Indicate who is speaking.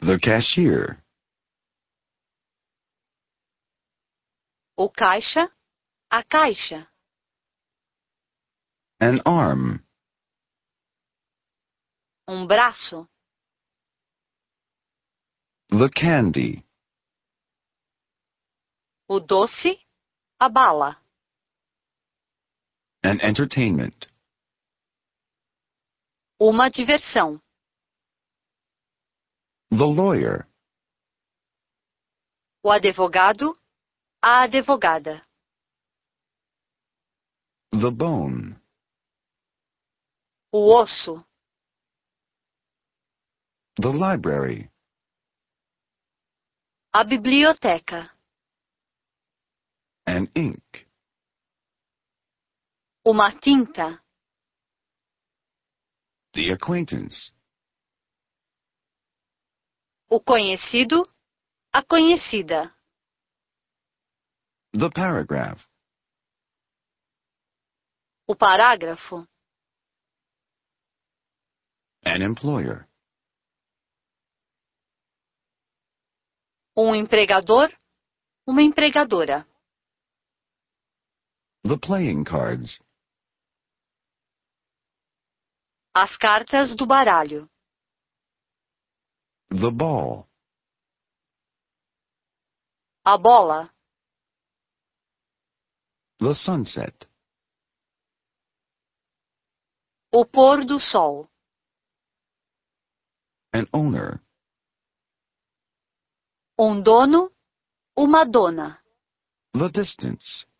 Speaker 1: The cashier.
Speaker 2: o caixa, a caixa,
Speaker 1: An arm.
Speaker 2: um braço,
Speaker 1: The candy.
Speaker 2: o doce, a bala,
Speaker 1: An entertainment.
Speaker 2: uma diversão,
Speaker 1: The lawyer.
Speaker 2: o advogado, a advogada,
Speaker 1: The bone.
Speaker 2: o osso,
Speaker 1: The library.
Speaker 2: a biblioteca,
Speaker 1: An ink.
Speaker 2: uma tinta,
Speaker 1: The acquaintance.
Speaker 2: o conhecido, a conhecida,
Speaker 1: The paragraph.
Speaker 2: o parágrafo,
Speaker 1: An employer.
Speaker 2: um empregador, uma empregadora,
Speaker 1: The playing cards.
Speaker 2: as cartas do baralho,
Speaker 1: The ball.
Speaker 2: a bola,
Speaker 1: The sunset.
Speaker 2: o pôr do sol,
Speaker 1: An owner.
Speaker 2: um dono, uma dona,
Speaker 1: The distance.